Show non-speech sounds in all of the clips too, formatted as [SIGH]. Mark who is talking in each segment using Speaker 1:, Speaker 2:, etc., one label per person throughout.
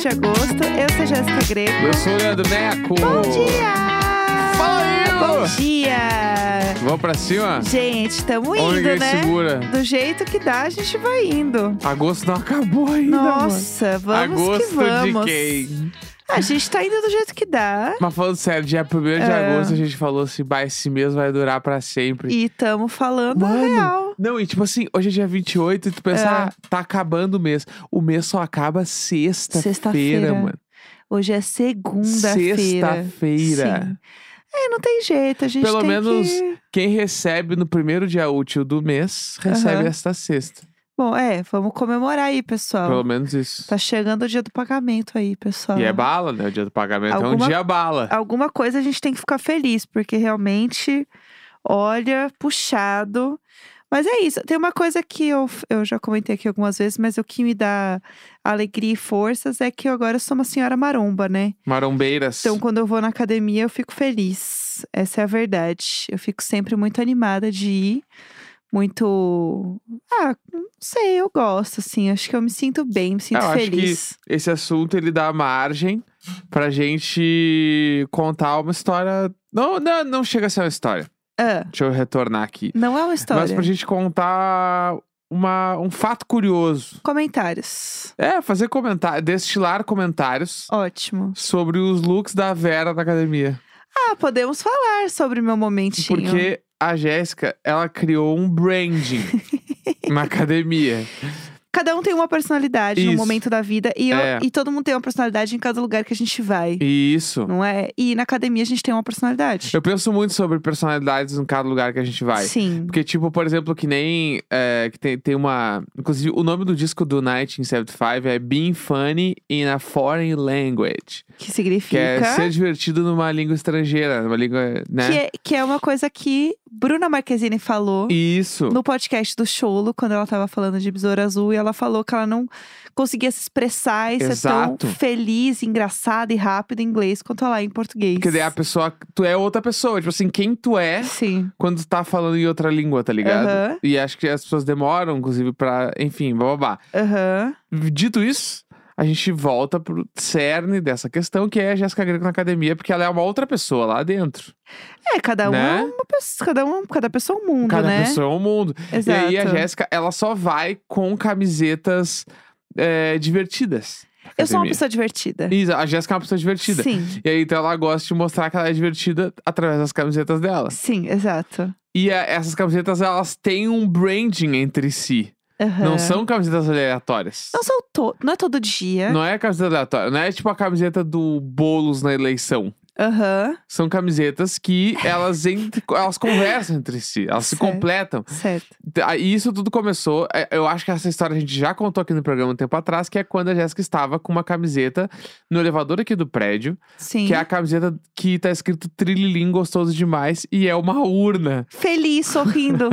Speaker 1: um é agosto. Eu sou Jéssica Greco.
Speaker 2: Eu sou o Leandro Neco.
Speaker 1: Bom dia!
Speaker 2: Fala aí,
Speaker 1: Bom
Speaker 2: ô!
Speaker 1: dia!
Speaker 2: Vamos pra cima?
Speaker 1: Gente, estamos
Speaker 2: Onde
Speaker 1: indo,
Speaker 2: ninguém
Speaker 1: né?
Speaker 2: segura.
Speaker 1: Do jeito que dá, a gente vai indo.
Speaker 2: Agosto não acabou ainda, mano.
Speaker 1: Nossa, vamos
Speaker 2: agosto
Speaker 1: que vamos.
Speaker 2: de quem?
Speaker 1: A gente tá indo do jeito que dá
Speaker 2: Mas falando sério, dia 1 de
Speaker 1: É.
Speaker 2: agosto a gente falou assim, bah, esse mês vai durar pra sempre.
Speaker 1: e estamos falando a
Speaker 2: Mano.
Speaker 1: real.
Speaker 2: Não, e tipo assim, hoje é dia 28 e tu pensa,
Speaker 1: É.
Speaker 2: ah, tá acabando o mês. O mês só acaba sexta-feira,
Speaker 1: Sexta-feira.
Speaker 2: mano.
Speaker 1: Hoje é segunda-feira.
Speaker 2: Sexta-feira.
Speaker 1: Sim. É, não tem jeito, a gente
Speaker 2: Pelo
Speaker 1: tem
Speaker 2: menos-
Speaker 1: que-
Speaker 2: Quem recebe no primeiro dia útil do mês, recebe
Speaker 1: Aham.
Speaker 2: esta sexta.
Speaker 1: Bom, é, vamos comemorar aí, pessoal.
Speaker 2: Pelo menos isso.
Speaker 1: Tá chegando o dia do pagamento aí, pessoal.
Speaker 2: E é bala, né? O dia do pagamento é um
Speaker 1: Alguma-
Speaker 2: dia bala.
Speaker 1: Alguma coisa a gente tem que ficar feliz, porque realmente, olha, puxado. Mas é isso. Tem uma coisa que eu, eu já comentei aqui algumas vezes, mas o que me dá alegria e forças é que eu agora sou uma senhora maromba, né?
Speaker 2: Marombeiras.
Speaker 1: Então, quando eu vou na academia, eu fico feliz. Essa é a verdade. Eu fico sempre muito animada de ir. Muito. Ah, não sei, eu gosto, assim. Acho que eu me sinto bem, me sinto
Speaker 2: É, eu acho que-
Speaker 1: feliz.
Speaker 2: Esse assunto, ele dá margem pra gente contar uma história... Não, não, não chega a ser uma história.
Speaker 1: Ah,
Speaker 2: Deixa eu retornar aqui.
Speaker 1: não é uma
Speaker 2: Mas
Speaker 1: história.
Speaker 2: pra gente contar uma, um fato curioso.
Speaker 1: Comentários.
Speaker 2: É, fazer comentários, destilar comentários
Speaker 1: Ótimo.
Speaker 2: sobre os looks da Vera na academia.
Speaker 1: Ah, podemos falar sobre o meu momentinho.
Speaker 2: Porque a Jéssica, ela criou um
Speaker 1: [LAUGHS]
Speaker 2: branding na academia.
Speaker 1: Cada um tem uma personalidade no
Speaker 2: Isso.
Speaker 1: momento da vida. E, eu-
Speaker 2: É.
Speaker 1: e todo mundo tem uma personalidade em cada lugar que a gente vai.
Speaker 2: E isso.
Speaker 1: Não é? E na academia a gente tem uma personalidade.
Speaker 2: Eu penso muito sobre personalidades em cada lugar que a gente vai.
Speaker 1: Sim.
Speaker 2: Porque, tipo, por exemplo, que nem. é, que tem, tem uma. Inclusive, o nome do disco do 1975 é Being Funny in a Foreign Language.
Speaker 1: Que
Speaker 2: Que é
Speaker 1: significa.
Speaker 2: ser divertido numa língua estrangeira, numa língua.
Speaker 1: Que,
Speaker 2: né?
Speaker 1: é, que é uma coisa que Bruna Marquezine falou
Speaker 2: Isso.
Speaker 1: no podcast do Cholo, quando ela tava falando de Besouro Azul, e ela falou que ela não conseguia se expressar e
Speaker 2: Exato.
Speaker 1: ser tão feliz, engraçada e rápida em inglês quanto ela é em português.
Speaker 2: Porque daí a pessoa. Tu é outra pessoa. Tipo assim, quem tu é
Speaker 1: Sim.
Speaker 2: quando tu tá falando em outra língua, tá ligado?
Speaker 1: Aham.
Speaker 2: E acho que as pessoas demoram, inclusive, pra. Enfim, bababá.
Speaker 1: Aham.
Speaker 2: Dito isso, a gente volta pro cerne dessa questão, que é a Jéssica Greco na academia, porque ela é uma outra pessoa lá dentro.
Speaker 1: É, cada um
Speaker 2: Né?
Speaker 1: é uma pessoa, cada, um, cada pessoa é um mundo,
Speaker 2: Cada
Speaker 1: né?
Speaker 2: pessoa é um mundo.
Speaker 1: Exato.
Speaker 2: E aí a Jéssica, ela só vai com camisetas é, divertidas. pra
Speaker 1: Eu sou uma
Speaker 2: academia.
Speaker 1: pessoa divertida.
Speaker 2: Isso, a Jéssica é uma pessoa divertida.
Speaker 1: Sim,
Speaker 2: E aí, então ela gosta de mostrar que ela é divertida através das camisetas dela.
Speaker 1: sim, exato.
Speaker 2: E é, essas camisetas, elas têm um branding entre si.
Speaker 1: Aham.
Speaker 2: Não são camisetas aleatórias.
Speaker 1: Não são to... Não é todo dia.
Speaker 2: Não é camiseta aleatória, não é tipo a camiseta do Boulos na eleição.
Speaker 1: Aham.
Speaker 2: São camisetas que elas, entre- [LAUGHS] elas conversam entre si, elas se
Speaker 1: Certo.
Speaker 2: completam.
Speaker 1: Certo.
Speaker 2: Tá, E isso tudo começou, é, eu acho que essa história a gente já contou aqui no programa um tempo atrás, que é quando a Jéssica estava com uma camiseta no elevador aqui do prédio,
Speaker 1: Sim.
Speaker 2: que é a camiseta que tá escrito Trililim Gostoso Demais e é uma urna.
Speaker 1: Feliz,
Speaker 2: [LAUGHS]
Speaker 1: sorrindo.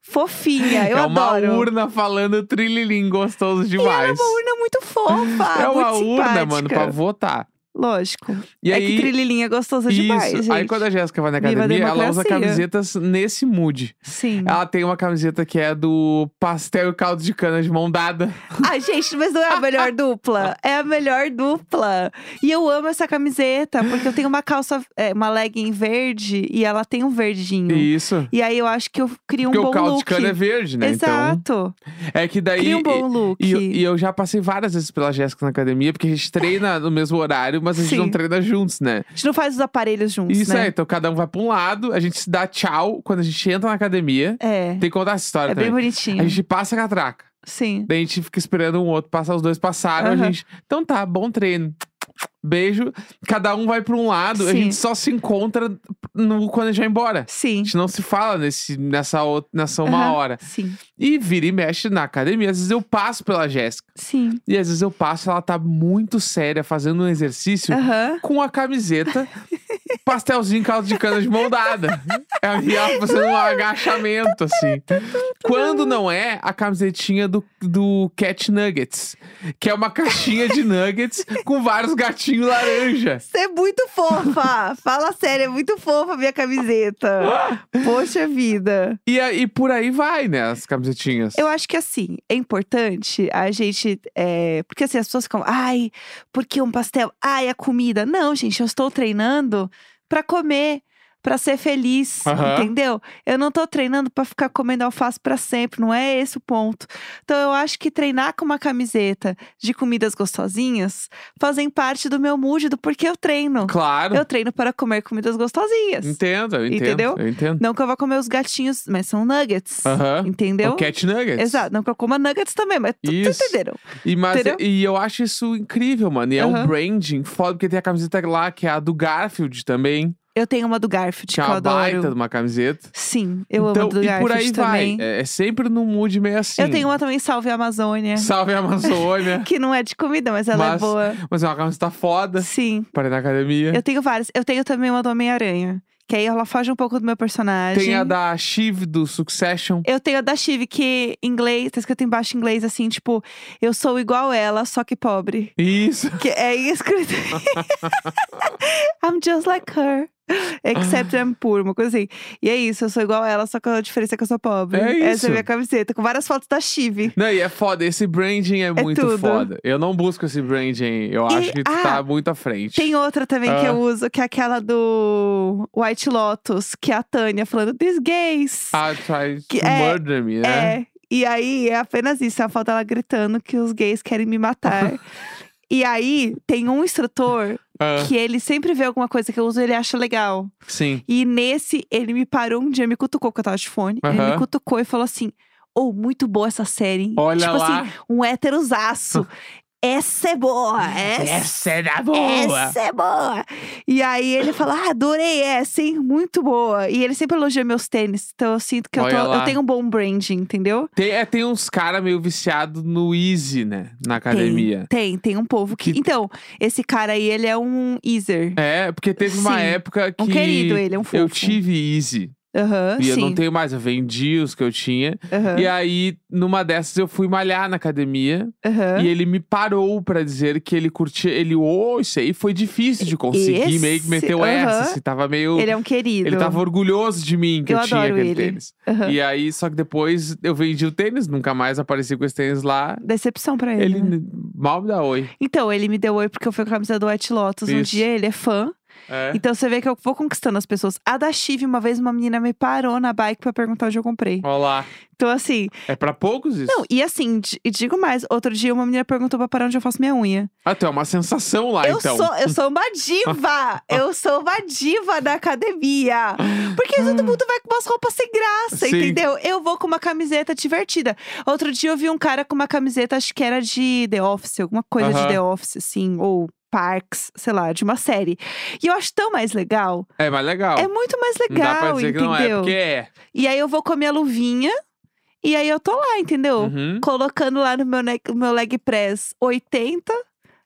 Speaker 1: Fofinha, eu
Speaker 2: é
Speaker 1: adoro. é
Speaker 2: uma urna falando Trililim Gostoso Demais.
Speaker 1: Uma urna muito fofa.
Speaker 2: é uma
Speaker 1: muito
Speaker 2: urna, mano, pra
Speaker 1: simpática.
Speaker 2: votar.
Speaker 1: Lógico.
Speaker 2: E
Speaker 1: é
Speaker 2: aí,
Speaker 1: que trililinha é gostosa
Speaker 2: Isso.
Speaker 1: demais, gente.
Speaker 2: Aí quando a Jéssica vai na
Speaker 1: Viva a
Speaker 2: academia, ela usa
Speaker 1: democracia.
Speaker 2: camisetas nesse mood. [LAUGHS]
Speaker 1: Sim.
Speaker 2: Ela tem uma camiseta que é do pastel e caldo de cana de mão dada.
Speaker 1: Ah, gente, mas não é a melhor dupla. É a melhor dupla. E eu amo essa camiseta, porque eu tenho uma calça, é, uma legging verde e ela tem um verdinho. E,
Speaker 2: Isso.
Speaker 1: aí eu acho que eu crio um
Speaker 2: Porque
Speaker 1: bom
Speaker 2: o caldo
Speaker 1: look.
Speaker 2: de cana é verde, né?
Speaker 1: Exato.
Speaker 2: Então, é que daí.
Speaker 1: Cria um bom look.
Speaker 2: E, e eu já passei várias vezes pela Jéssica na academia, porque a gente treina no mesmo horário, mas a gente
Speaker 1: Sim.
Speaker 2: não treina juntos, né?
Speaker 1: A gente não faz os aparelhos juntos,
Speaker 2: Isso
Speaker 1: né?
Speaker 2: aí, então cada um vai pra um lado, a gente se dá tchau quando a gente entra na academia.
Speaker 1: É.
Speaker 2: Tem que contar essa história
Speaker 1: É bem
Speaker 2: também.
Speaker 1: bonitinho.
Speaker 2: A né? gente passa a catraca.
Speaker 1: Sim.
Speaker 2: Daí a gente fica esperando um outro passar, os dois passaram, a
Speaker 1: Aham.
Speaker 2: gente. Então tá, bom treino. Beijo. Cada um vai pra um lado, a
Speaker 1: Sim.
Speaker 2: gente só se encontra no, quando a gente vai embora.
Speaker 1: Sim.
Speaker 2: A gente não se fala nesse, nessa, ou- nessa uma
Speaker 1: Aham.
Speaker 2: hora.
Speaker 1: Sim.
Speaker 2: E vira e mexe na academia. Às vezes eu passo pela Jéssica.
Speaker 1: Sim.
Speaker 2: E às vezes eu passo, ela tá muito séria, fazendo um exercício
Speaker 1: Aham.
Speaker 2: com a camiseta pastelzinho caldo de cana de mão dada. É a minha fazendo um agachamento, assim. Quando não é, a camisetinha do, do Cat Nuggets. Que é uma caixinha de nuggets com vários gatinhos laranja.
Speaker 1: Você é muito fofa. Fala sério, é muito fofa a minha camiseta. Poxa vida.
Speaker 2: E, aí por aí vai, né, as camisetinhas.
Speaker 1: Eu acho que assim, é importante a gente. é, Porque assim, as pessoas ficam, ai, por que um pastel? Ai, a comida. Não, gente, eu estou treinando pra comer. Pra ser feliz,
Speaker 2: Aham.
Speaker 1: entendeu? Eu não tô treinando pra ficar comendo alface pra sempre, não é esse o ponto. Então eu acho que treinar com uma camiseta de comidas gostosinhas fazem parte do meu mood, do porquê eu treino.
Speaker 2: Claro.
Speaker 1: Eu treino para comer comidas gostosinhas.
Speaker 2: Entendo, eu entendo.
Speaker 1: Entendeu?
Speaker 2: Eu entendo.
Speaker 1: Não que eu vá comer os gatinhos, mas são nuggets.
Speaker 2: Aham.
Speaker 1: Entendeu?
Speaker 2: O Cat Nuggets.
Speaker 1: Exato. Não que eu coma nuggets também, mas tu- vocês
Speaker 2: Isso.
Speaker 1: entenderam.
Speaker 2: E, mas,
Speaker 1: Entendeu?
Speaker 2: e eu acho isso incrível, mano. E é um
Speaker 1: Aham.
Speaker 2: branding foda, porque tem a camiseta lá, que é a do Garfield também.
Speaker 1: Eu tenho uma do Garfield,
Speaker 2: Tinha
Speaker 1: que eu
Speaker 2: é uma
Speaker 1: adoro.
Speaker 2: baita de uma camiseta.
Speaker 1: Sim, eu
Speaker 2: então,
Speaker 1: amo a do
Speaker 2: e
Speaker 1: Garfield
Speaker 2: por aí
Speaker 1: também.
Speaker 2: vai. É, é sempre num mood meio assim.
Speaker 1: Eu tenho uma também, Salve a Amazônia.
Speaker 2: Salve a
Speaker 1: [LAUGHS]
Speaker 2: Amazônia.
Speaker 1: Que não é de comida, mas ela
Speaker 2: Mas-
Speaker 1: é
Speaker 2: [LAUGHS]
Speaker 1: boa.
Speaker 2: Mas é uma camiseta foda.
Speaker 1: Sim.
Speaker 2: Parei na academia.
Speaker 1: Eu tenho várias. Eu tenho também uma do Homem-Aranha. Que aí ela foge um pouco do meu personagem.
Speaker 2: Tem a da Shiv do Succession.
Speaker 1: Eu tenho a da Chive, que em inglês, tá escrito embaixo em inglês assim, tipo, eu sou igual ela, só que pobre.
Speaker 2: Isso.
Speaker 1: Que é escrito. [LAUGHS] I'm just like her. Except I'm poor, uma coisa assim. E é isso, eu sou igual a ela, só que a diferença é que eu sou pobre.
Speaker 2: É
Speaker 1: Essa
Speaker 2: isso.
Speaker 1: é a minha camiseta, com várias fotos da Chive.
Speaker 2: Não, e é foda. Esse branding é, muito
Speaker 1: tudo.
Speaker 2: foda. Eu não busco esse branding. Eu
Speaker 1: E-
Speaker 2: acho que
Speaker 1: ah,
Speaker 2: tá muito à frente.
Speaker 1: Tem outra também que
Speaker 2: Ah.
Speaker 1: eu uso, que é aquela do White Lotus, que é a Tânia falando, these gays.
Speaker 2: I tried
Speaker 1: que
Speaker 2: Ah, to
Speaker 1: é-
Speaker 2: murder me, né?
Speaker 1: É. E aí é apenas isso, é a foto dela gritando que os gays querem me
Speaker 2: [LAUGHS]
Speaker 1: matar. e aí tem um instrutor
Speaker 2: Ah,
Speaker 1: que ele sempre vê alguma coisa que eu uso e ele acha legal.
Speaker 2: sim.
Speaker 1: E nesse, ele me parou um dia, me cutucou, porque eu tava de fone. Ele
Speaker 2: Aham.
Speaker 1: me cutucou e falou assim: Ô, muito boa essa série, hein?
Speaker 2: Olha
Speaker 1: tipo
Speaker 2: lá.
Speaker 1: assim, um
Speaker 2: [LAUGHS]
Speaker 1: héterozaço. essa é boa! Essa,
Speaker 2: é da
Speaker 1: essa é boa! E aí ele fala: ah, adorei essa, hein? Muito boa. E ele sempre elogia meus tênis. Então eu sinto que eu, tô-
Speaker 2: Olha lá.
Speaker 1: eu tenho um bom branding, entendeu?
Speaker 2: Tem, é, tem uns caras meio viciados no Easy, né? Na academia.
Speaker 1: Tem, tem, tem um povo que.
Speaker 2: Que-
Speaker 1: Então, esse cara aí, ele é um easer.
Speaker 2: É, porque teve uma
Speaker 1: Sim.
Speaker 2: época que.
Speaker 1: Um querido, ele é um fofo.
Speaker 2: eu tive Easy.
Speaker 1: Aham,
Speaker 2: e eu
Speaker 1: sim.
Speaker 2: não tenho mais, eu vendi os que eu tinha.
Speaker 1: Aham,
Speaker 2: E aí, numa dessas, eu fui malhar na academia.
Speaker 1: aham.
Speaker 2: E ele me parou pra dizer que ele curtia. Ele, ô, isso aí foi difícil de conseguir. Meio que
Speaker 1: Esse-
Speaker 2: meteu essa.
Speaker 1: aham.
Speaker 2: Assim, tava meio.
Speaker 1: Ele é um querido.
Speaker 2: Ele tava orgulhoso de mim que eu,
Speaker 1: Eu
Speaker 2: tinha
Speaker 1: adoro
Speaker 2: aquele
Speaker 1: ele.
Speaker 2: tênis.
Speaker 1: Aham.
Speaker 2: E aí, só que depois eu vendi o tênis, nunca mais apareci com esse tênis lá.
Speaker 1: Decepção pra ele.
Speaker 2: Ele
Speaker 1: né?
Speaker 2: n- mal me dá oi.
Speaker 1: Então, ele me deu oi porque eu fui com a camisa do White Lotus. Um
Speaker 2: Isso.
Speaker 1: dia ele é fã.
Speaker 2: É.
Speaker 1: Então você vê que eu vou conquistando as pessoas. A da Chive, uma vez, uma menina me parou na bike pra perguntar onde eu comprei.
Speaker 2: Olha lá.
Speaker 1: Então, assim.
Speaker 2: É pra poucos isso?
Speaker 1: Não, e assim, di- e digo mais: outro dia uma menina perguntou pra parar onde eu faço minha unha.
Speaker 2: Ah, tu é uma sensação lá,
Speaker 1: eu,
Speaker 2: então.
Speaker 1: sou, eu sou uma
Speaker 2: [LAUGHS]
Speaker 1: diva! eu sou uma diva da academia! Porque
Speaker 2: [LAUGHS]
Speaker 1: todo mundo vai com umas roupas sem graça,
Speaker 2: Sim.
Speaker 1: assim, entendeu? Eu vou com uma camiseta divertida. Outro dia eu vi um cara com uma camiseta, acho que era de The Office, alguma coisa
Speaker 2: Aham.
Speaker 1: de The Office, assim, ou Parks, sei lá, de uma série. E eu acho tão mais legal.
Speaker 2: É mais legal.
Speaker 1: É muito mais
Speaker 2: não dá pra
Speaker 1: legal,
Speaker 2: dizer que não é,
Speaker 1: entendeu?
Speaker 2: porque é.
Speaker 1: E aí eu vou com a minha luvinha, e aí eu tô lá, entendeu?
Speaker 2: Uhum.
Speaker 1: Colocando lá no meu, ne- no meu leg press 80,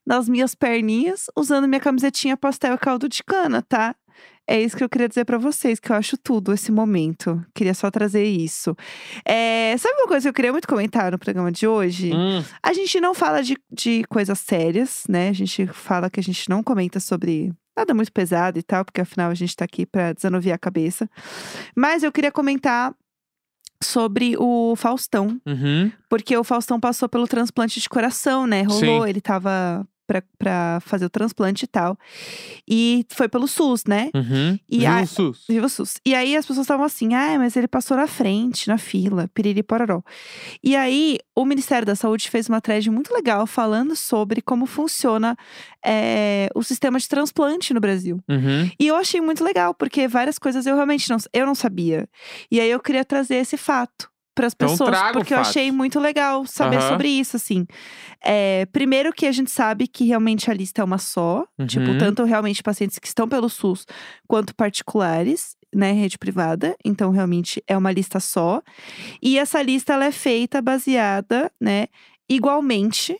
Speaker 1: nas minhas perninhas, usando minha camisetinha pastel e caldo de cana, tá? É isso que eu queria dizer pra vocês, que eu acho tudo esse momento. Queria só trazer isso. É, sabe uma coisa que eu queria muito comentar no programa de hoje?
Speaker 2: Hum,
Speaker 1: A gente não fala de, de coisas sérias, né? A gente fala que a gente não comenta sobre nada muito pesado e tal, porque afinal a gente tá aqui pra desanuviar a cabeça. Mas eu queria comentar sobre o Faustão,
Speaker 2: uhum.
Speaker 1: porque o Faustão passou pelo transplante de coração, né? Rolou,
Speaker 2: Sim.
Speaker 1: ele tava pra, pra fazer o transplante e tal. E foi pelo SUS, né?
Speaker 2: Uhum.
Speaker 1: E
Speaker 2: Viu
Speaker 1: a-
Speaker 2: o SUS?
Speaker 1: Viva o SUS. E aí as pessoas estavam assim, ah, mas ele passou na frente, na fila, piriri pororó. E aí o Ministério da Saúde fez uma thread muito legal falando sobre como funciona eh, o sistema de transplante no Brasil.
Speaker 2: Uhum.
Speaker 1: E eu achei muito legal, porque várias coisas eu realmente não, eu não sabia. E aí eu queria trazer esse fato para as
Speaker 2: Então
Speaker 1: pessoas,
Speaker 2: traga o
Speaker 1: porque eu
Speaker 2: fato.
Speaker 1: achei muito legal saber
Speaker 2: Aham.
Speaker 1: sobre isso, assim. É, primeiro que a gente sabe que realmente a lista é uma só,
Speaker 2: Uhum.
Speaker 1: tipo, tanto realmente pacientes que estão pelo SUS quanto particulares, né, rede privada, então realmente é uma lista só. E essa lista ela é feita baseada, né, eh, igualmente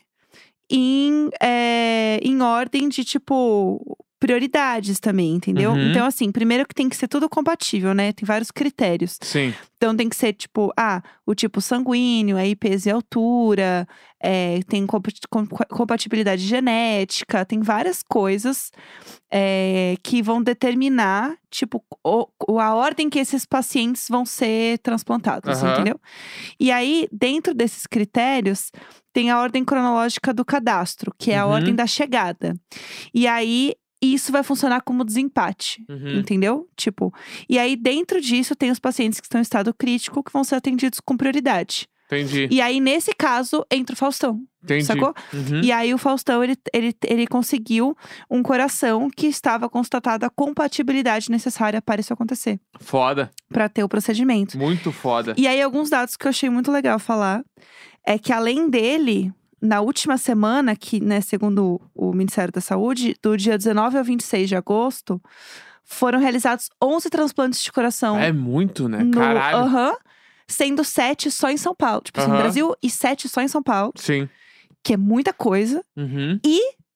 Speaker 1: em, é, em ordem de tipo prioridades também, entendeu?
Speaker 2: Uhum.
Speaker 1: Então, assim, primeiro que tem que ser tudo compatível, né? Tem vários critérios.
Speaker 2: Sim.
Speaker 1: Então tem que ser, tipo, ah, o tipo sanguíneo, aí peso e altura, é, tem compa- com- compatibilidade genética, tem várias coisas é, que vão determinar, tipo, o- o- a ordem que esses pacientes vão ser transplantados,
Speaker 2: Aham.
Speaker 1: entendeu? E aí, dentro desses critérios, tem a ordem cronológica do cadastro, que é a
Speaker 2: Uhum.
Speaker 1: ordem da chegada. E aí, isso vai funcionar como desempate.
Speaker 2: Uhum.
Speaker 1: Entendeu? Tipo, e aí dentro disso tem os pacientes que estão em estado crítico que vão ser atendidos com prioridade.
Speaker 2: Entendi.
Speaker 1: E aí nesse caso entra o Faustão,
Speaker 2: Entendi.
Speaker 1: sacou?
Speaker 2: Uhum.
Speaker 1: E aí o Faustão ele, ele, ele conseguiu um coração que estava constatada a compatibilidade necessária para isso acontecer,
Speaker 2: Foda.
Speaker 1: para ter o procedimento.
Speaker 2: Muito foda.
Speaker 1: E aí alguns dados que eu achei muito legal falar é que além dele, na última semana que, né, segundo o Ministério da Saúde, do dia 19 ao 26 de agosto, foram realizados 11 transplantes de coração
Speaker 2: É muito, né?
Speaker 1: Então, no
Speaker 2: Caralho.
Speaker 1: aham, sendo sete só em São Paulo, tipo assim, no
Speaker 2: Aham.
Speaker 1: Brasil e sete só em São Paulo,
Speaker 2: Sim.
Speaker 1: que é muita coisa.
Speaker 2: Uhum.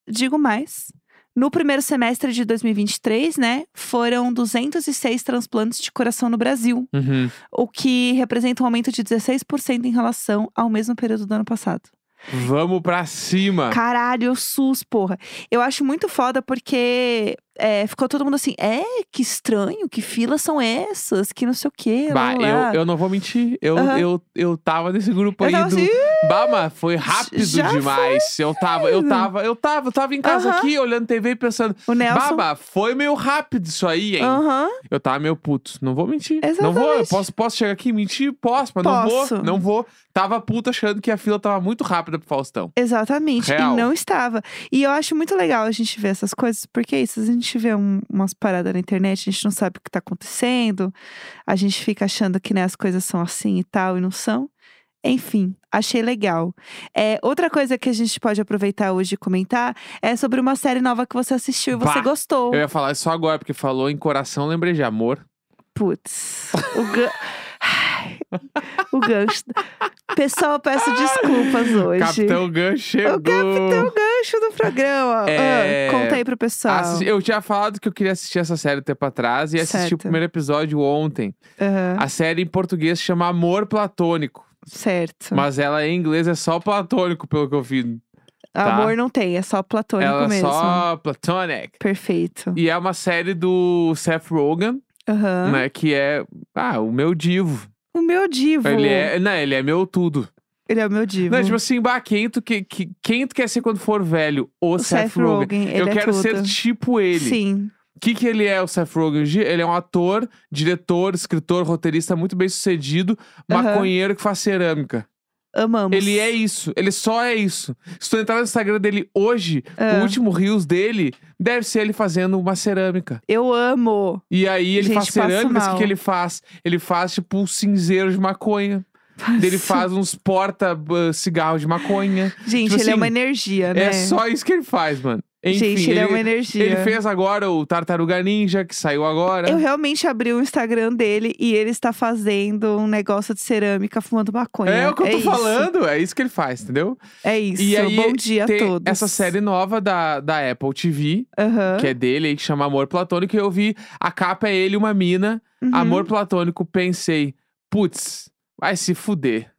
Speaker 1: Digo mais, no primeiro semestre de 2023, né, foram 206 transplantes de coração no Brasil
Speaker 2: Uhum.
Speaker 1: o que representa um aumento de 16% em relação ao mesmo período do ano passado.
Speaker 2: Vamos pra cima.
Speaker 1: Caralho, o SUS, porra. Eu acho muito foda porque é, ficou todo mundo assim, é, que estranho, que filas são essas, que não sei o quê.
Speaker 2: Bah,
Speaker 1: lá, lá, lá."
Speaker 2: eu, eu não vou mentir. Eu,
Speaker 1: Aham.
Speaker 2: eu, eu tava nesse grupo
Speaker 1: Eu
Speaker 2: aí
Speaker 1: tava
Speaker 2: do.
Speaker 1: assim,
Speaker 2: Bah, mas foi rápido
Speaker 1: Já
Speaker 2: demais. Eu tava, eu
Speaker 1: velho.
Speaker 2: tava, eu tava, eu tava em casa
Speaker 1: Aham.
Speaker 2: aqui, olhando TV e pensando.
Speaker 1: o Nelson...
Speaker 2: Baba, foi meio rápido isso aí, hein?
Speaker 1: Aham,
Speaker 2: Eu tava meio puto. Não vou mentir. Não
Speaker 1: Exatamente.
Speaker 2: vou. Eu posso, posso chegar aqui e mentir? Posso, mas
Speaker 1: Posso.
Speaker 2: não vou. Não vou. Tava puto achando que a fila tava muito rápida pro Faustão.
Speaker 1: exatamente.
Speaker 2: Real.
Speaker 1: E não estava. E eu acho muito legal a gente ver essas coisas, porque é isso, se a gente vê um- umas paradas na internet, a gente não sabe o que tá acontecendo, a gente fica achando que né, as coisas são assim e tal, e não são. Enfim, achei legal. É, outra coisa que a gente pode aproveitar hoje e comentar é sobre uma série nova que você assistiu e você
Speaker 2: Bah,
Speaker 1: gostou.
Speaker 2: Eu ia falar isso agora, porque falou em coração, lembrei de amor.
Speaker 1: Putz, o gan... [LAUGHS] Ai, o gancho. Pessoal, eu
Speaker 2: [LAUGHS]
Speaker 1: peço desculpas hoje.
Speaker 2: Capitão Gancho chegou.
Speaker 1: O Capitão Gancho do programa. Ah,
Speaker 2: É,
Speaker 1: conta aí pro pessoal.
Speaker 2: Assi- Eu tinha falado que eu queria assistir essa série um tempo atrás e assisti o
Speaker 1: Certo.
Speaker 2: primeiro episódio ontem.
Speaker 1: Aham,
Speaker 2: A série em português chama Amor Platônico,
Speaker 1: certo.
Speaker 2: mas ela em inglês é só platônico, pelo que eu vi. tá.
Speaker 1: Amor não tem, é só platônico
Speaker 2: ela é
Speaker 1: mesmo.
Speaker 2: só platonic.
Speaker 1: Perfeito.
Speaker 2: E é uma série do Seth Rogen,
Speaker 1: Aham.
Speaker 2: né? Que é, ah, o meu divo.
Speaker 1: O meu divo.
Speaker 2: Ele é, não, ele é meu tudo.
Speaker 1: Ele é o meu divo.
Speaker 2: Não, tipo assim, bah, quem tu, que, que- quem tu quer ser quando for velho? O,
Speaker 1: o Seth Rogen, ele
Speaker 2: Eu
Speaker 1: é
Speaker 2: quero
Speaker 1: tudo.
Speaker 2: ser tipo ele.
Speaker 1: Sim.
Speaker 2: O que, que ele é, o Seth Rogen? Gi- Ele é um ator, diretor, escritor, roteirista muito bem sucedido,
Speaker 1: Aham.
Speaker 2: maconheiro que faz cerâmica.
Speaker 1: Amamos.
Speaker 2: Ele é isso, ele só é isso. Se tu entrar no Instagram dele hoje,
Speaker 1: Ah.
Speaker 2: o último Rios dele deve ser ele fazendo uma cerâmica.
Speaker 1: Eu amo.
Speaker 2: E aí ele
Speaker 1: Gente,
Speaker 2: faz
Speaker 1: passo
Speaker 2: cerâmicas, o que,
Speaker 1: mal.
Speaker 2: que ele faz? Ele faz tipo um cinzeiro de maconha. Daí Ele faz uns porta-cigarro de maconha.
Speaker 1: [LAUGHS] Gente,
Speaker 2: tipo
Speaker 1: ele
Speaker 2: assim,
Speaker 1: é uma energia, né?
Speaker 2: É só isso que ele faz, mano. Enfim,
Speaker 1: Gente, ele, é uma energia.
Speaker 2: ele fez agora o Tartaruga Ninja, que saiu agora.
Speaker 1: Eu realmente abri o Instagram dele e ele está fazendo um negócio de cerâmica fumando maconha.
Speaker 2: É o que eu tô
Speaker 1: isso.
Speaker 2: falando, é isso que ele faz, entendeu?
Speaker 1: É isso.
Speaker 2: E aí
Speaker 1: Bom dia
Speaker 2: Tem
Speaker 1: a todos.
Speaker 2: essa série nova da, da Apple TV,
Speaker 1: Aham.
Speaker 2: que é dele aí, que chama Amor Platônico, e eu vi a capa é ele e uma mina.
Speaker 1: Uhum.
Speaker 2: Amor Platônico, pensei, putz, vai se fuder.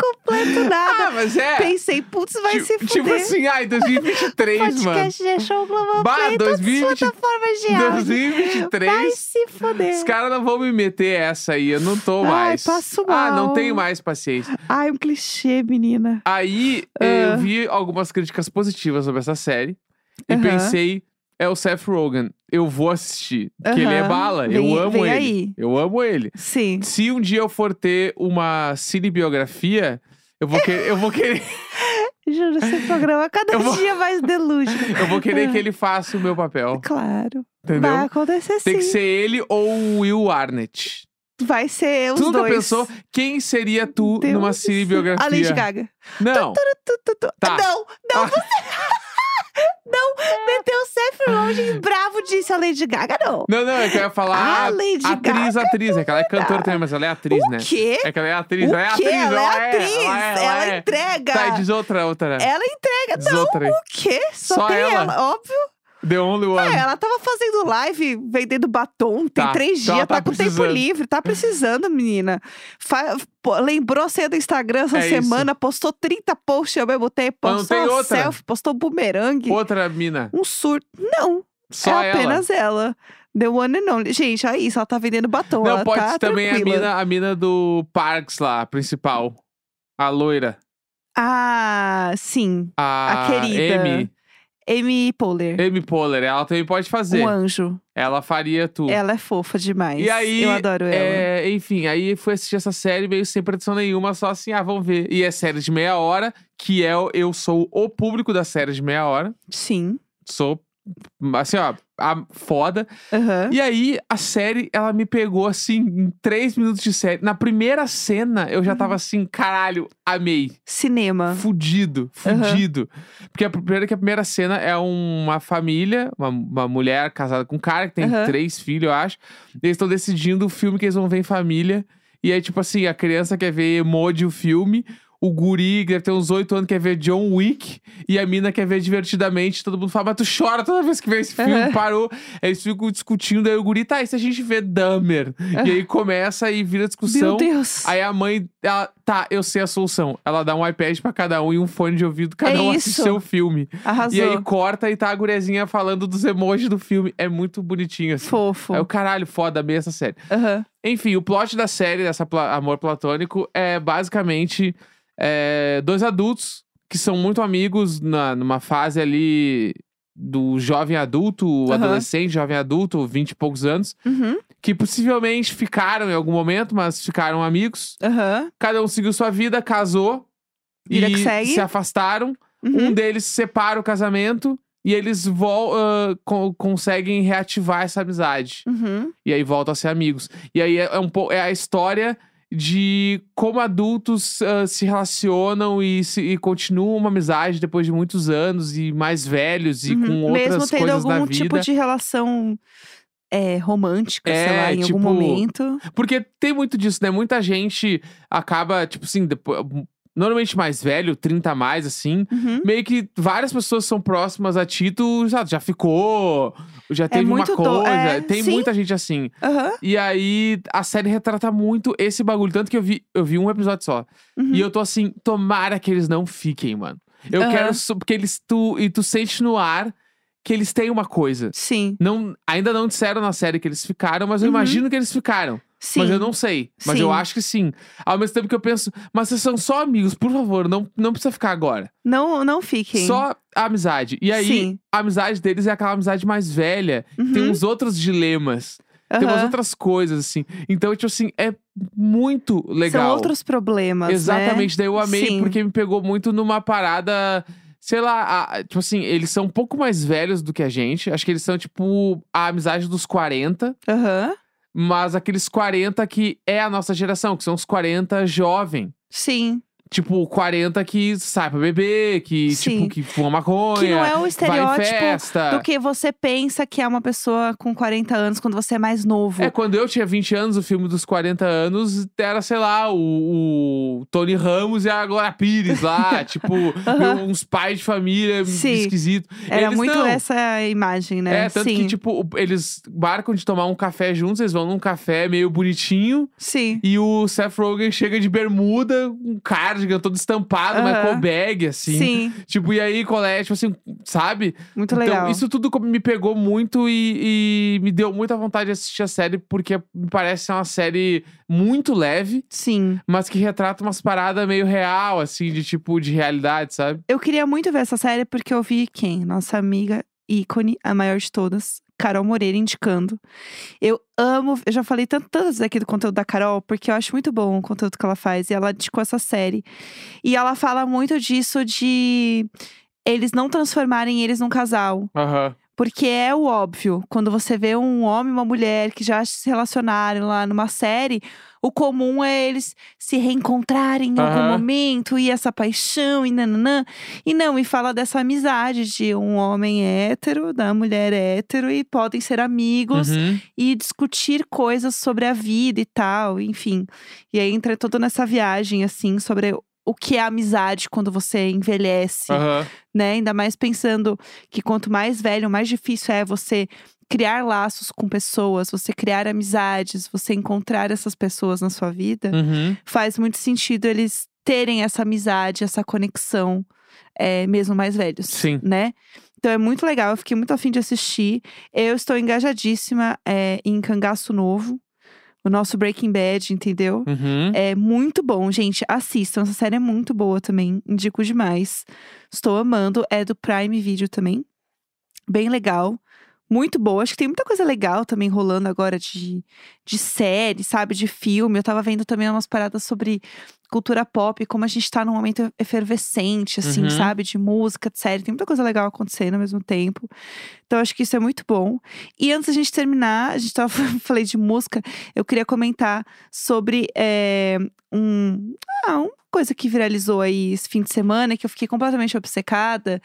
Speaker 1: Completo nada.
Speaker 2: Ah, mas é.
Speaker 1: Pensei, putz, vai
Speaker 2: Ti-
Speaker 1: se
Speaker 2: tipo,
Speaker 1: fuder.
Speaker 2: assim, ai, 2023, mano.
Speaker 1: [LAUGHS] Podcast de show global
Speaker 2: Bah,
Speaker 1: Play, todas
Speaker 2: 2020
Speaker 1: as plataformas de áudio.
Speaker 2: 2023.
Speaker 1: Vai se fuder.
Speaker 2: Os caras não vão me meter essa aí, eu não tô
Speaker 1: Ai,
Speaker 2: mais.
Speaker 1: passo
Speaker 2: Ah, não
Speaker 1: mal.
Speaker 2: tenho mais paciência.
Speaker 1: Ai, um clichê, menina.
Speaker 2: Aí eh,
Speaker 1: Ah.
Speaker 2: eu vi algumas críticas positivas sobre essa série e
Speaker 1: Aham.
Speaker 2: pensei, é o Seth Rogen, eu vou assistir. Que ele é
Speaker 1: Aham.
Speaker 2: bala,
Speaker 1: Vem-
Speaker 2: eu amo
Speaker 1: vem
Speaker 2: ele.
Speaker 1: aí.
Speaker 2: Eu amo ele.
Speaker 1: Sim.
Speaker 2: Se um dia eu for ter uma cinebiografia, eu vou querer, eu vou querer,
Speaker 1: Juro,
Speaker 2: [LAUGHS]
Speaker 1: esse programa é cada
Speaker 2: Eu vou-
Speaker 1: dia mais delúgio.
Speaker 2: [LAUGHS]
Speaker 1: É
Speaker 2: eu vou querer que ele faça o meu papel,
Speaker 1: Claro.
Speaker 2: entendeu?
Speaker 1: Vai acontecer
Speaker 2: Tem
Speaker 1: sim.
Speaker 2: que ser ele ou o Will Arnett.
Speaker 1: Vai ser os
Speaker 2: tu nunca
Speaker 1: dois. um
Speaker 2: pensou quem seria tu
Speaker 1: Deus
Speaker 2: numa
Speaker 1: do céu.
Speaker 2: cinebiografia?
Speaker 1: A Lady Gaga.
Speaker 2: Não.
Speaker 1: Tu, tu, tu.
Speaker 2: Tá.
Speaker 1: Não, não,
Speaker 2: Ah.
Speaker 1: você. [LAUGHS] Não, meteu o Seth Rogen bravo disse a Lady Gaga, não.
Speaker 2: Não, não, é que eu ia falar.
Speaker 1: Ah, Lady
Speaker 2: atriz,
Speaker 1: Gaga
Speaker 2: atriz. É que ela é cantora
Speaker 1: dá.
Speaker 2: também, mas ela é atriz, né?
Speaker 1: O quê?
Speaker 2: É que ela é atriz,
Speaker 1: O
Speaker 2: ela é
Speaker 1: quê?
Speaker 2: atriz.
Speaker 1: Ela é atriz,
Speaker 2: ela é,
Speaker 1: ela É
Speaker 2: é.
Speaker 1: entrega.
Speaker 2: Tá, e diz outra, outra.
Speaker 1: Ela entrega.
Speaker 2: Diz
Speaker 1: Não,
Speaker 2: outra aí.
Speaker 1: o quê? Só,
Speaker 2: Só
Speaker 1: tem
Speaker 2: ela?
Speaker 1: ela. Óbvio.
Speaker 2: The Only One.
Speaker 1: É, ela tava fazendo live, vendendo batom, tem
Speaker 2: Tá,
Speaker 1: três
Speaker 2: então ela
Speaker 1: dias,
Speaker 2: tá
Speaker 1: tá, com tempo
Speaker 2: precisando.
Speaker 1: livre, tá precisando, menina. Fa- pô, lembrou você do Instagram essa
Speaker 2: É isso.
Speaker 1: semana, postou 30 posts ao mesmo tempo,
Speaker 2: Mas não
Speaker 1: postou
Speaker 2: tem
Speaker 1: uma
Speaker 2: outra?
Speaker 1: selfie, postou um bumerangue.
Speaker 2: Outra mina.
Speaker 1: Um surto. Não,
Speaker 2: Só
Speaker 1: é
Speaker 2: ela.
Speaker 1: apenas ela. The one and only. Gente, é isso, ela tá vendendo batom.
Speaker 2: Não,
Speaker 1: ela
Speaker 2: pode
Speaker 1: tá
Speaker 2: ser também a
Speaker 1: tranquila.
Speaker 2: mina, a mina do Parks lá, a principal. A loira.
Speaker 1: Ah, sim.
Speaker 2: A,
Speaker 1: A querida.
Speaker 2: Amy,
Speaker 1: Amy Poehler.
Speaker 2: Amy Poehler. Ela também pode fazer.
Speaker 1: Um anjo.
Speaker 2: Ela faria tudo.
Speaker 1: Ela é fofa demais.
Speaker 2: E aí,
Speaker 1: Eu adoro ela.
Speaker 2: É, enfim, aí fui assistir essa série meio sem pretensão nenhuma, só assim, ah, vamos ver. E é série de meia hora, que é o- eu sou o público da série de meia hora.
Speaker 1: Sim.
Speaker 2: Sou, assim, ó, a, foda.
Speaker 1: Aham.
Speaker 2: E aí, a série, ela me pegou, assim, em três minutos de série. Na primeira cena, eu já tava assim, caralho, amei.
Speaker 1: Cinema.
Speaker 2: Fudido,
Speaker 1: Aham.
Speaker 2: fudido. Porque a primeira, que a primeira cena é uma família, uma, uma mulher casada com um cara que tem
Speaker 1: Aham.
Speaker 2: três filhos, eu acho. E Eles estão decidindo o filme que eles vão ver em família. E aí, tipo assim, a criança quer ver emoji o filme. O guri, que deve ter uns oito anos, quer ver John Wick. E a mina quer ver divertidamente. Todo mundo fala, mas tu chora toda vez que vê esse filme,
Speaker 1: Aham.
Speaker 2: parou. Eles ficam discutindo. Aí o guri, tá, e se a gente vê Dahmer? E aí começa e vira
Speaker 1: Meu
Speaker 2: discussão.
Speaker 1: Deus.
Speaker 2: Aí a mãe, ela, tá, eu sei a solução. Ela dá um iPad pra cada um e um fone de ouvido, cada
Speaker 1: É
Speaker 2: um assiste
Speaker 1: isso.
Speaker 2: seu filme.
Speaker 1: Arrasou.
Speaker 2: E aí corta e tá a gurezinha falando dos emojis do filme. É muito bonitinho, assim.
Speaker 1: Fofo.
Speaker 2: É o caralho, foda, amei essa série.
Speaker 1: Aham.
Speaker 2: Enfim, o plot da série, dessa pla- Amor Platônico, é basicamente é, dois adultos que são muito amigos na, numa fase ali do jovem adulto, adolescente, jovem adulto, vinte e poucos anos,
Speaker 1: Uhum.
Speaker 2: que possivelmente ficaram em algum momento, mas ficaram amigos
Speaker 1: Aham.
Speaker 2: cada um seguiu sua vida, casou
Speaker 1: Vida
Speaker 2: e
Speaker 1: que segue.
Speaker 2: se afastaram.
Speaker 1: Uhum.
Speaker 2: Um deles separa o casamento e eles vol ah, co- conseguem reativar essa amizade.
Speaker 1: Uhum.
Speaker 2: E aí voltam a ser amigos. E aí é, é um po- é a história de como adultos ah, se relacionam e, se- e continuam uma amizade depois de muitos anos e mais velhos e
Speaker 1: Uhum.
Speaker 2: com outras
Speaker 1: Mesmo tendo
Speaker 2: coisas na
Speaker 1: algum
Speaker 2: vida.
Speaker 1: tipo de relação é, romântica, sei
Speaker 2: É,
Speaker 1: lá, em
Speaker 2: tipo,
Speaker 1: algum momento.
Speaker 2: Porque tem muito disso, né? Muita gente acaba, tipo assim, depois, normalmente mais velho, 30 a mais, assim.
Speaker 1: Uhum.
Speaker 2: Meio que várias pessoas são próximas a ti, tu já, já ficou, já teve
Speaker 1: muito
Speaker 2: uma
Speaker 1: do-
Speaker 2: coisa.
Speaker 1: é,
Speaker 2: tem
Speaker 1: sim.
Speaker 2: muita gente assim.
Speaker 1: Aham.
Speaker 2: E aí a série retrata muito esse bagulho. Tanto que eu vi, eu vi um episódio só.
Speaker 1: Uhum.
Speaker 2: E eu tô assim, tomara que eles não fiquem, mano. Eu
Speaker 1: Aham.
Speaker 2: quero. su- Porque eles. Tu, e tu sente no ar que eles têm uma coisa.
Speaker 1: Sim.
Speaker 2: Não, ainda não disseram na série que eles ficaram, mas eu
Speaker 1: Uhum.
Speaker 2: imagino que eles ficaram.
Speaker 1: Sim.
Speaker 2: Mas eu não sei. Mas eu
Speaker 1: Sim.
Speaker 2: acho que sim. Ao mesmo tempo que eu penso, mas vocês são só amigos, por favor, não, não precisa ficar agora.
Speaker 1: Não, não fiquem.
Speaker 2: Só a amizade. E aí,
Speaker 1: Sim.
Speaker 2: a amizade deles é aquela amizade mais velha.
Speaker 1: Uhum.
Speaker 2: Tem uns outros dilemas. Tem umas
Speaker 1: Aham.
Speaker 2: outras coisas, assim. Então, tipo assim, é muito legal.
Speaker 1: São outros problemas. né?
Speaker 2: Exatamente, daí eu amei
Speaker 1: Sim.
Speaker 2: porque me pegou muito numa parada. Sei lá, a- a- tipo assim, eles são um pouco mais velhos do que a gente. Acho que eles são, tipo, a amizade dos 40,
Speaker 1: Aham.
Speaker 2: mas aqueles 40 que é a nossa geração, que são os 40 jovem.
Speaker 1: Sim.
Speaker 2: Tipo, 40 que sai pra beber, que,
Speaker 1: Sim.
Speaker 2: tipo, que fuma maconha.
Speaker 1: que não é o
Speaker 2: Vai em
Speaker 1: estereótipo
Speaker 2: festa.
Speaker 1: do que você pensa que é uma pessoa com 40 anos quando você é mais novo.
Speaker 2: É, quando eu tinha 20 anos, o filme dos 40 anos era, sei lá, o, o Tony Ramos e a Glória
Speaker 1: [LAUGHS]
Speaker 2: Pires lá. tipo,
Speaker 1: Aham.
Speaker 2: uns pais de família
Speaker 1: Sim.
Speaker 2: esquisito.
Speaker 1: Era
Speaker 2: eles
Speaker 1: muito
Speaker 2: não.
Speaker 1: essa imagem, né?
Speaker 2: É, tanto
Speaker 1: sim.
Speaker 2: que, tipo, o- eles marcam de tomar um café juntos, eles vão num café meio bonitinho.
Speaker 1: Sim.
Speaker 2: E o Seth Rogen chega de bermuda, um cardigan todo estampado,
Speaker 1: Aham.
Speaker 2: Michael Bag, assim.
Speaker 1: Sim.
Speaker 2: Tipo, e aí, colé, tipo assim, sabe?
Speaker 1: Muito legal.
Speaker 2: Então, isso tudo co- me pegou muito e, e me deu muita vontade de assistir a série, porque me parece ser uma série muito leve,
Speaker 1: Sim.
Speaker 2: mas que retrata umas paradas meio real, assim, de tipo, de realidade, sabe?
Speaker 1: Eu queria muito ver essa série porque eu vi quem? Nossa amiga ícone, a maior de todas, Carol Moreira indicando. Eu amo, eu já falei tanto- tantas vezes aqui do conteúdo da Carol, porque eu acho muito bom o conteúdo que ela faz e ela indicou essa série. E ela fala muito disso de eles não transformarem eles num casal.
Speaker 2: Aham.
Speaker 1: Porque é o óbvio. Quando você vê um homem e uma mulher que já se relacionaram lá numa série, O comum é eles se reencontrarem em algum
Speaker 2: Aham.
Speaker 1: momento e essa paixão e nananã. E não, e fala dessa amizade de um homem hétero, da mulher hétero e podem ser amigos
Speaker 2: Uhum.
Speaker 1: e discutir coisas sobre a vida e tal, enfim. E aí entra toda nessa viagem, assim, sobre o que é amizade quando você envelhece,
Speaker 2: Aham.
Speaker 1: né? Ainda mais pensando que quanto mais velho, mais difícil é você criar laços com pessoas, você criar amizades, você encontrar essas pessoas na sua vida.
Speaker 2: Uhum.
Speaker 1: Faz muito sentido eles terem essa amizade, essa conexão, é, mesmo mais velhos
Speaker 2: Sim.
Speaker 1: né? Então é muito legal, eu fiquei muito afim de assistir. Eu estou engajadíssima é, em Cangaço Novo, o nosso Breaking Bad, entendeu?
Speaker 2: Uhum.
Speaker 1: É muito bom, gente. Assistam, essa série é muito boa também, indico demais. Estou amando, é do Prime Video também. Bem legal, muito boa. Acho que tem muita coisa legal também rolando agora de, de série, sabe? De filme. Eu tava vendo também umas paradas sobre cultura pop, como a gente tá num momento efervescente, assim,
Speaker 2: Uhum.
Speaker 1: sabe? De música, de série. Tem muita coisa legal acontecendo ao mesmo tempo. Então, acho que isso é muito bom. E antes da gente terminar, a gente tava [LAUGHS] falei de música, eu queria comentar sobre é, um. Ah, uma coisa que viralizou aí esse fim de semana, que eu fiquei completamente obcecada,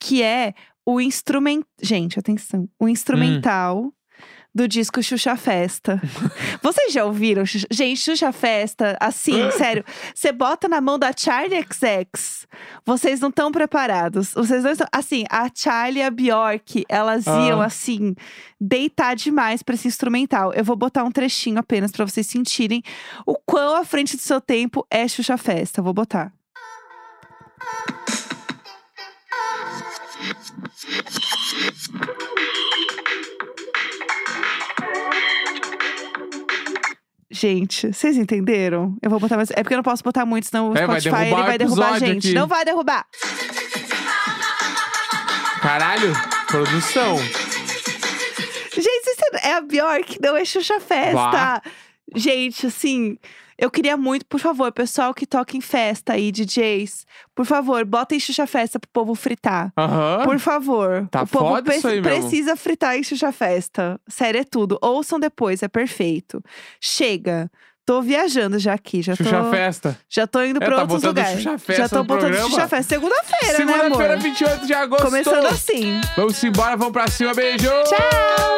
Speaker 1: que é o instrumento. Gente, atenção. O instrumental. Do disco Xuxa Festa. Vocês já ouviram? Xuxa- Gente, Xuxa Festa, assim, sério. Você bota na mão da Charlie XX. Vocês não estão preparados. Vocês não estão. Assim, a Charlie e a Bjork, elas
Speaker 2: Ah.
Speaker 1: iam, assim, deitar demais pra esse instrumental. Eu vou botar um trechinho apenas pra vocês sentirem o quão à frente do seu tempo é Xuxa Festa. Vou botar. Gente, vocês entenderam? Eu vou botar mais. É porque eu não posso botar muito, senão o
Speaker 2: É, vai
Speaker 1: Spotify ele
Speaker 2: derrubar o
Speaker 1: vai derrubar a
Speaker 2: episódio
Speaker 1: gente.
Speaker 2: aqui.
Speaker 1: Não vai derrubar!
Speaker 2: Caralho, produção.
Speaker 1: Gente, isso é a Bjork, não é Xuxa Festa.
Speaker 2: Bah.
Speaker 1: Gente, assim, eu queria muito, por favor, pessoal que toca em festa aí, DJs, por favor, botem Xuxa Festa pro povo fritar.
Speaker 2: Aham.
Speaker 1: Por favor.
Speaker 2: Tá
Speaker 1: o povo
Speaker 2: foda isso aí mesmo.
Speaker 1: precisa fritar em Xuxa Festa. Sério, é tudo. Ouçam depois, é perfeito. Chega. Tô viajando já aqui, já
Speaker 2: Xuxa
Speaker 1: tô,
Speaker 2: Festa.
Speaker 1: já tô indo
Speaker 2: É,
Speaker 1: pra
Speaker 2: tá
Speaker 1: outros
Speaker 2: botando
Speaker 1: lugares.
Speaker 2: Xuxa Festa
Speaker 1: já tô
Speaker 2: no
Speaker 1: botando
Speaker 2: programa?
Speaker 1: Xuxa Festa segunda-feira, né,
Speaker 2: Segunda-feira,
Speaker 1: amor?
Speaker 2: 28 de agosto.
Speaker 1: Começando assim.
Speaker 2: Vamos embora, vamos pra cima. Beijo.
Speaker 1: Tchau!